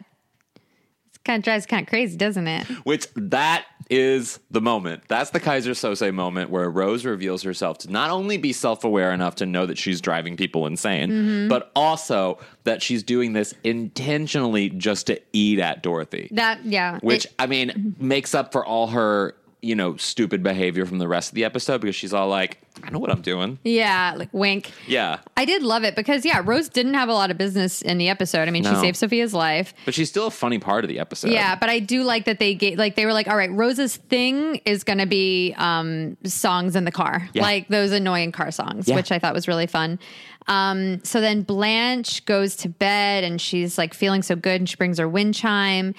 it's kind of drives kind of crazy, doesn't it?
Which that is the moment. That's the Kaiser Sose moment where Rose reveals herself to not only be self-aware enough to know that she's driving people insane, but also that she's doing this intentionally just to eat at Dorothy.
That yeah,
which
It-
I mean makes up for all her you know stupid behavior from the rest of the episode because she's all like, I know what I'm doing.
yeah, like wink.
Yeah,
I did love it because yeah, Rose didn't have a lot of business in the episode. I mean, she
No.
saved Sophia's life.
but she's still a funny part of the episode.
Yeah, but I do like that they gave like they were like, all right, Rose's thing is going to be um, songs in the car,
Yeah.
like those annoying car songs,
Yeah.
which I thought was really fun. Um, so then Blanche goes to bed and she's like feeling so good, and she brings her wind chime.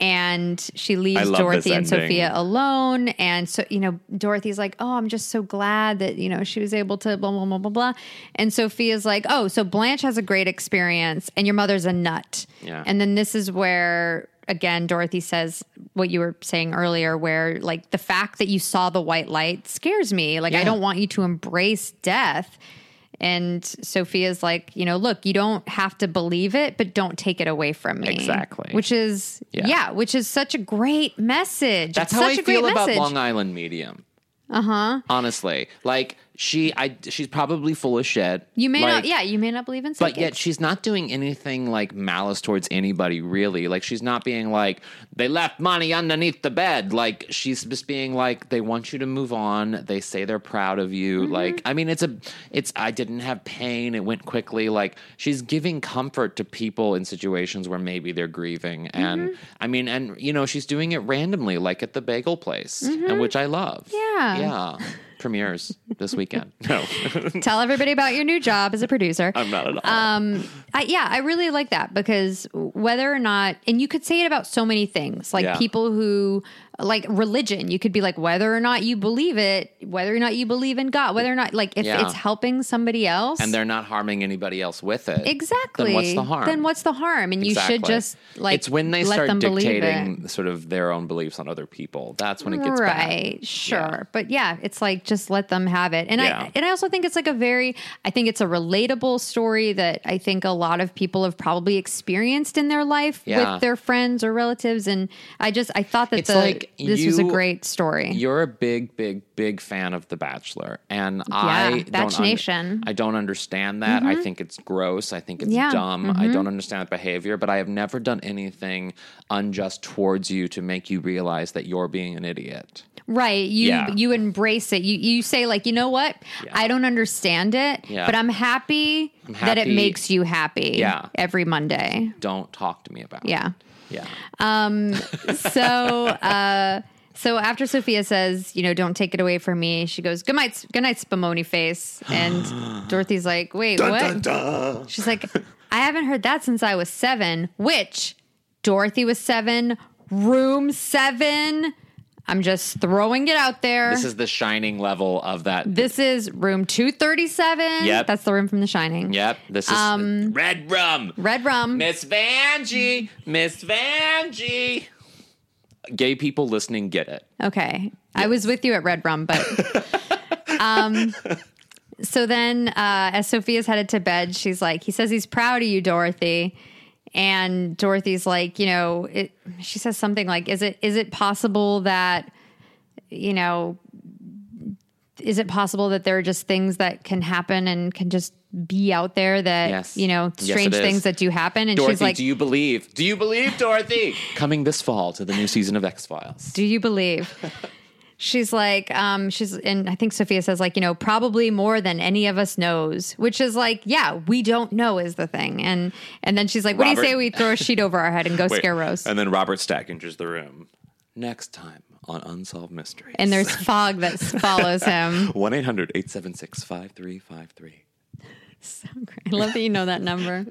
And she leaves
love
Dorothy
this
and
ending.
Sophia alone. And so, you know, Dorothy's like, Oh, I'm just so glad that, you know, she was able to blah, blah, blah, blah, blah. And Sophia's like, Oh, so Blanche has a great experience and your mother's a nut.
Yeah.
And then this is where again Dorothy says what you were saying earlier where like the fact that you saw the white light scares me. Like I
Yeah.
don't want you to embrace death. And Sophia's like, you know, look, you don't have to believe it, but don't take it away from me.
Exactly.
Which is yeah,
Yeah.
which is such a great message.
That's
It's
how
such
I
a great
feel about
message. Uh-huh.
Long Island Medium. Uh huh. Honestly, like she, I she's probably full of shit.
You may
Like,
not yeah, you may not believe in
But
psychics.
yet she's not doing anything like malice towards anybody, really. Like she's not being like they left money underneath the bed. Like she's just being like they want you to move on. They say they're proud of you. Like I mean, it's a, it's I didn't have pain. It went quickly. Like she's giving comfort to people in situations where maybe they're grieving. And I mean, and you know, she's doing it randomly, like at the bagel place, and which I love.
Yeah.
yeah. Premieres this weekend. No, [LAUGHS]
Tell everybody about your new job as a producer.
I'm not at all.
um, I, yeah, I really like that because whether or not, and you could say it about so many things, like
Yeah.
people who like religion, you could be like, whether or not you believe it, whether or not you believe in God, whether or not, like, if
Yeah.
it's helping somebody else,
and they're not harming anybody else with it.
exactly.
Then what's the harm?
Then what's the harm? And you should
Exactly.
just like
it's when they
let
start
them believe it.
dictating sort of their own beliefs on other people. That's when it gets
right
bad.
sure
Yeah.
but yeah it's like just let them have it and
Yeah.
i and i also think it's like a very i think it's a relatable story that i think a lot of people have probably experienced in their life
Yeah.
with their friends or relatives and i just i thought that
It's
the,
like
this was a
you-
great story
You're a big, big, big fan of The Bachelor, and I don't
Batch Nation.
I don't understand that. I think it's gross. I think it's
Mm-hmm. Yeah. Mm-hmm.
dumb. I don't understand that behavior. But I have never done anything unjust towards you to make you realize that you're being an idiot.
Right. You
Yeah.
you embrace it. You you say like, you know what? I don't understand it,
Yeah.
but I'm happy, that it
happy.
makes you happy
Yeah.
every Monday.
Don't talk to me about it.
Yeah.
Yeah,
so uh so after Sophia says, you know, don't take it away from me, she goes, Good night, good night, Spumoni face. And Dorothy's like, Wait, what? She's like, I haven't heard that since I was seven, which Dorothy was seven, room seven. I'm just throwing it out there.
this is the shining level of that.
This is room 237.
Yep.
That's the room from The Shining.
Yep, this is
Um,
red rum.
Red rum.
Miss Vanjie, Miss Vanjie. Gay people listening get it. [LAUGHS]
Okay. I was with you at Red Rum, but um So then, uh, as Sophia's headed to bed, she's like, he says he's proud of you, Dorothy. And Dorothy's like, you know, it, she says something like, is it is it possible that, you know, is it possible that there are just things that can happen and can just be out there that,
Yes.
you know,
Yes, it
strange
is.
things that do happen? And she's
Dorothy,
like,
do you believe? Do you believe, Dorothy? Coming this fall to the new season of X Files.
do you
[LAUGHS]
believe? she's like, um, she's, and I think Sophia says, like, you know, probably more than any of us knows, which is like, yeah, we don't know is the thing. And, and then she's like, what do
Robert-
you say we throw a sheet over our head
[LAUGHS]
and go [LAUGHS] scare Rose? And,
And then Robert Stack enters the room. Next time on Unsolved Mysteries. [LAUGHS]
there's fog that follows him.
1 800 876 5353.
I love that you know that number.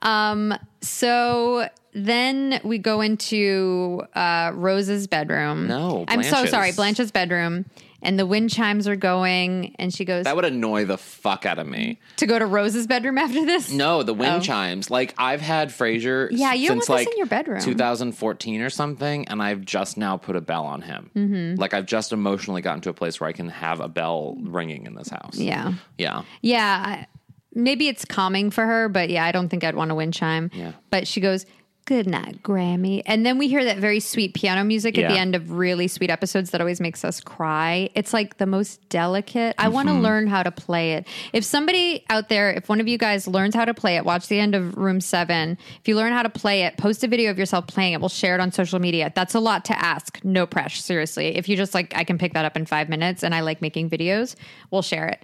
Um, so then we go into uh, Rose's bedroom.
No,
I'm so
Blanche's.
sorry, Blanche's bedroom. And the wind chimes are going, and she goes
That would annoy the fuck out of me.
to go to Rose's bedroom after this.
No, the wind
Oh.
chimes. Like I've had Frasier
Yeah, you don't
since
want this
like
in your bedroom.
2014 or something, and I've just now put a bell on him.
Mm-hmm.
Like I've just emotionally gotten to a place where I can have a bell ringing in this house.
Yeah.
yeah.
Yeah. I- Maybe it's calming for her, but yeah, I don't think I'd want a wind chime.
Yeah.
But she goes, Good night, Grammy. And then we hear that very sweet piano music at the
Yeah.
end of really sweet episodes that always makes us cry. It's like the most delicate. I
Mm-hmm.
want to learn how to play it. If somebody out there, if one of you guys learns how to play it, watch the end of Room 7. If you learn how to play it, post a video of yourself playing it. We'll share it on social media. That's a lot to ask. No pressure, seriously. If you just like, I can pick that up in five minutes and I like making videos, we'll share it.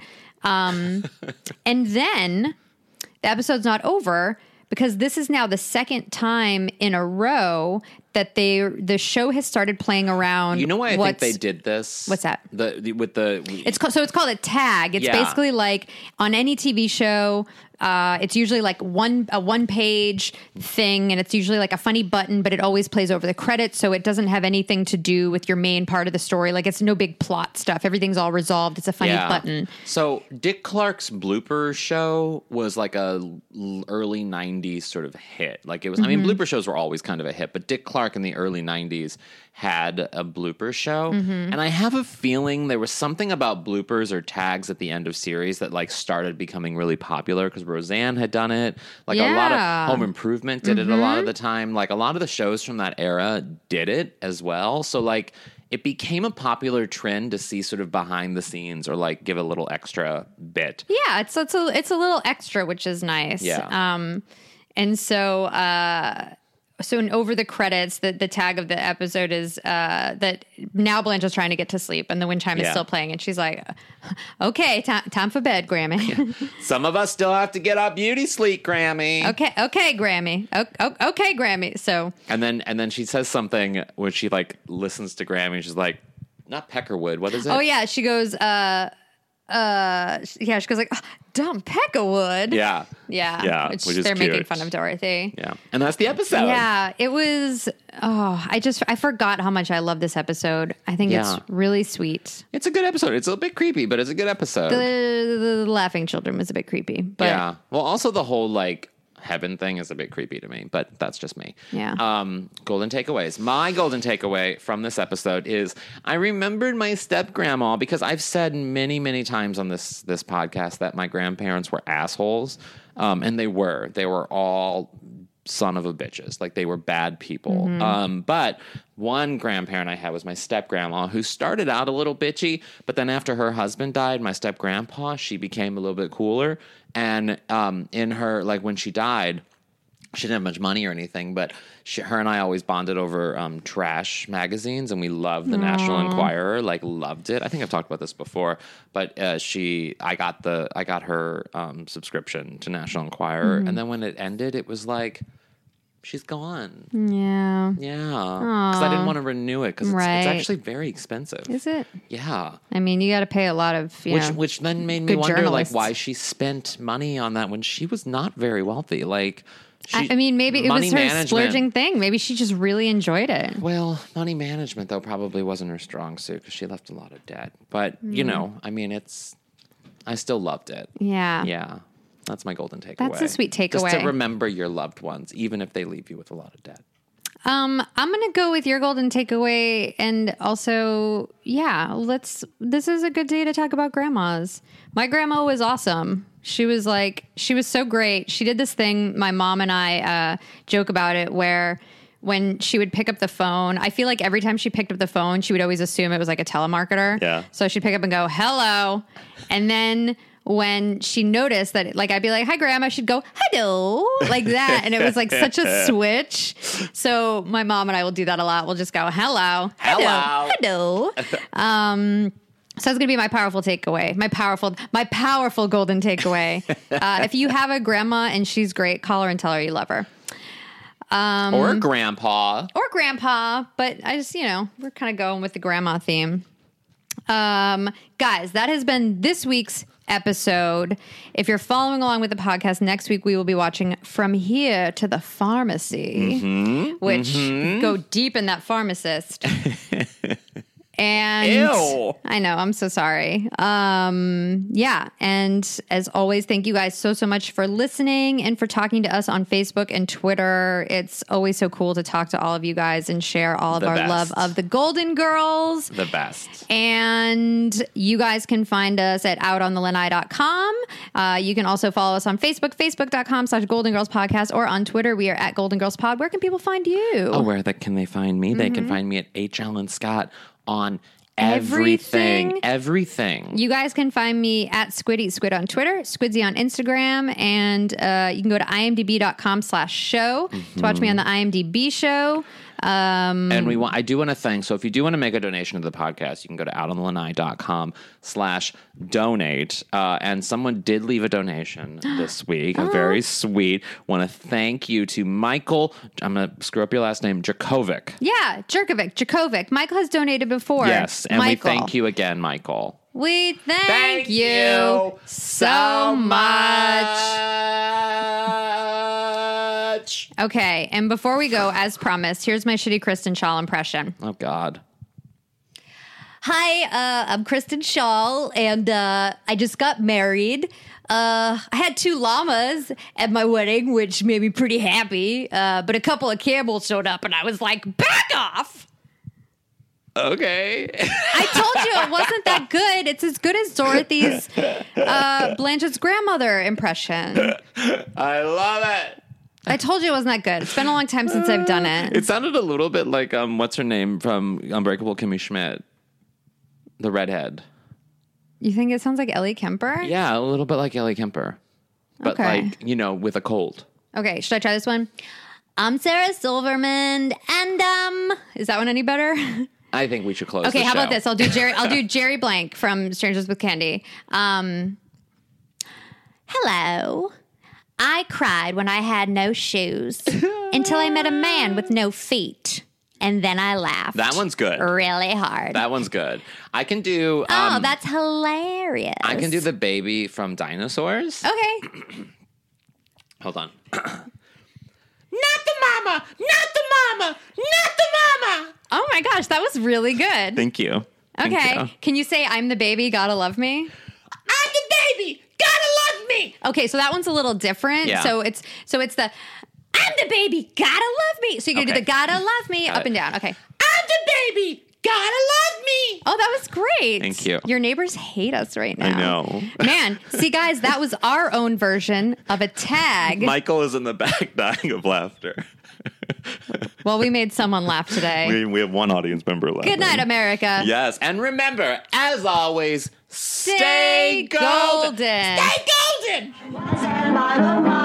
And then the episode's not over because this is now the second time in a row that they the show has started playing around.
You know why I think
what's-
they did this?
what's that?
The, the with the
It's called, so it's called a tag. It's
Yeah.
basically like on any TV show. Uh, it's usually like one a one page thing, and it's usually like a funny button, but it always plays over the credits, so it doesn't have anything to do with your main part of the story. Like it's no big plot stuff. Everything's all resolved. It's a funny button.
So Dick Clark's blooper show was like a l- early '90s sort of hit. Like it was. I mean,
Mm-hmm.
blooper shows were always kind of a hit, but Dick Clark in the early '90s had a blooper show,
Mm-hmm.
and I have a feeling there was something about bloopers or tags at the end of series that like started becoming really popular because Roseanne had done it. Like a lot
Yeah. Mm-hmm.
of Home Improvement did it a lot of the time. Like a lot of the shows from that era did it as well. So like it became a popular trend to see sort of behind the scenes or like give a little extra bit.
Yeah, it's it's a it's a little extra, which is nice.
Yeah.
Um, and so uh, so in over the credits, the the tag of the episode is uh that now Blanche is trying to get to sleep, and the wind chime is
Yeah.
still playing, and she's like, "Okay, ti- time for bed, Grammy.
Some of us still have to get our beauty sleep,
[LAUGHS]
Grammy.
okay, okay, Grammy. O- o- okay, Grammy." So
And then and then she says something when she like listens to Grammy. She's like, not Peckerwood. What is it?
oh yeah, she goes. uh uh yeah she goes like "Ah, dumb peckerwood
Yeah.
yeah
Yeah,
which,
which is
they're making
cute.
fun of dorothy
Yeah. And that's the episode.
Yeah, it was. Oh, I just I forgot how much I love this episode. I think
Yeah.
it's really sweet.
It's a good episode. It's a bit creepy, but it's a good episode.
The, the, laughing children was a bit creepy, but
yeah. Well, also the whole like heaven thing is a bit creepy to me, but that's just me.
Yeah.
Um, golden takeaways. My golden takeaway from this episode is I remembered my step grandma because I've said many, many times on this this podcast that my grandparents were assholes, um, and they were. They were all son of a bitches. Like they were bad people. Um, but one grandparent I had was my step grandma, who started out a little bitchy, but then after her husband died, my step grandpa, she became a little bit cooler. And um, in her, like when she died, she didn't have much money or anything, but she, her and I always bonded over um, trash magazines, and we loved the National Enquirer. Like, loved it. I think I've talked about this before, but uh, she, I got the, I got her um, subscription to National Enquirer,
Mm-hmm.
and then when it ended, it was like, she's gone.
Mm. yeah.
Yeah, because I didn't want to renew it because it's, it's
Right.
actually very expensive.
Is it?
Yeah,
I mean, you got to pay a lot of you
which
know.
which then made me
Good
wonder,
journalists.
like, why she spent money on that when she was not very wealthy. Like,
I,
she-
I mean, maybe it
money
was her
management-
splurging thing. Maybe she just really enjoyed it.
Well, money management though probably wasn't her strong suit because she left a lot of debt. But
Mm.
you know, I mean, it's I still loved it.
Yeah.
Yeah, that's my golden takeaway.
That's a sweet
Just to
takeaway.
remember your loved ones, even if they leave you with a lot of debt.
Um, I'm gonna go with your golden takeaway, and also, yeah, let's. This is a good day to talk about grandmas. My grandma was awesome. She was like, she was so great. She did this thing. My mom and I uh, joke about it, where when she would pick up the phone, I feel like every time she picked up the phone, she would always assume it was like a telemarketer.
Yeah.
So she'd pick up and go, "Hello," and then. When she noticed that, like, I'd be like, "Hi, Grandma," she'd go, "Hello," like that, and it was like such a switch. So my mom and I will do that a lot. We'll just go, "Hello,
Hello.
hello." um, so that's gonna be my powerful takeaway. My powerful, my powerful golden takeaway. uh, if you have a grandma and she's great, call her and tell her you love her, Um,
or grandpa.
or grandpa. But I just, you know, we're kind of going with the grandma theme. Um, guys, that has been this week's episode. If you're following along with the podcast, next week we will be watching From Here to the Pharmacy, which go deep in that pharmacist. and
Ew.
I know, I'm so sorry. Um, yeah, and as always, thank you guys so so much for listening and for talking to us on Facebook and Twitter. It's always so cool to talk to all of you guys and share all of
The
our
best.
love of the Golden Girls.
The best.
And you guys can find us at outonthelanai.com. Uh, you can also follow us on Facebook, facebook.com slash Golden Girls Podcast, or on Twitter. We are at Golden Girls Pod. Where can people find you?
Oh, where the, can they find me? They
Mm-hmm.
can find me at H. Allen Scott on
Everything.
everything. Everything.
You guys can find me at Squid Eat Squid on Twitter, Squidsy on Instagram, and uh, you can go to imdb.com slash show to watch me on the
Mm-hmm.
IMDb show. Um,
and we want i do want to thank so if you do want to make a donation to the podcast you can go to outonlanai.com slash donate uh, and someone did leave a donation
[GASPS]
this week
Oh.
a very sweet want to thank you to michael i'm gonna screw up your last name Dracovic.
yeah, Jerkovic, Jakovic. Michael has donated before.
yes and
Michael.
we thank you again michael
We thank, you so much.
much
Okay, and before we go, as promised, here's my shitty Kristen Shaw impression.
oh god
Hi, uh, I'm Kristen Shaw, and uh, I just got married. Uh, I had two llamas at my wedding, which made me pretty happy. Uh, but a couple of camels showed up, and I was like, "Back off!"
okay [LAUGHS]
I told you it wasn't that good. It's as good as Dorothy's uh, Blanchett's grandmother impression.
i love it
I told you it wasn't that good. It's been a long time since I've done it.
It sounded a little bit like um, what's her name from Unbreakable Kimmy Schmidt, the redhead.
you think it sounds like Ellie Kemper?
Yeah, a little bit like Ellie Kemper, but
Okay.
like you know, with a cold.
Okay, should I try this one? I'm Sarah Silverman, and um, is that one any better?
I think we should close.
okay,
the
how about
show.
this? I'll do Jerry. I'll
[LAUGHS]
do Jerry Blank from Strangers with Candy. Um, hello. I cried when I had no shoes until I met a man with no feet, and then I laughed.
That one's good.
really hard.
That one's good. I can do. Um,
oh, that's hilarious.
I can do the baby from Dinosaurs.
Okay, [COUGHS]
Hold on. not the mama. Not the mama. Not the mama.
Oh my gosh, that was really good.
Thank you. Thank you.
Okay. Can you say I'm the baby, gotta love me?
I'm the baby. Gotta love me.
Okay, so that one's a little different.
Yeah.
So it's so it's the I'm the baby, gotta love me. So you're gonna do
Okay.
the gotta love me
Got
up
it.
and down. Okay.
I'm the baby. Gotta love me.
Oh, that was great.
Thank you.
Your neighbors hate us right now.
I know.
Man, see guys, that was our own version of a tag.
Michael is in the back [LAUGHS] dying of laughter.
well, we made someone laugh today.
We, we have one audience member left.
Good night, America.
Yes. And remember, as always,
Stay golden.
Was am I the mama?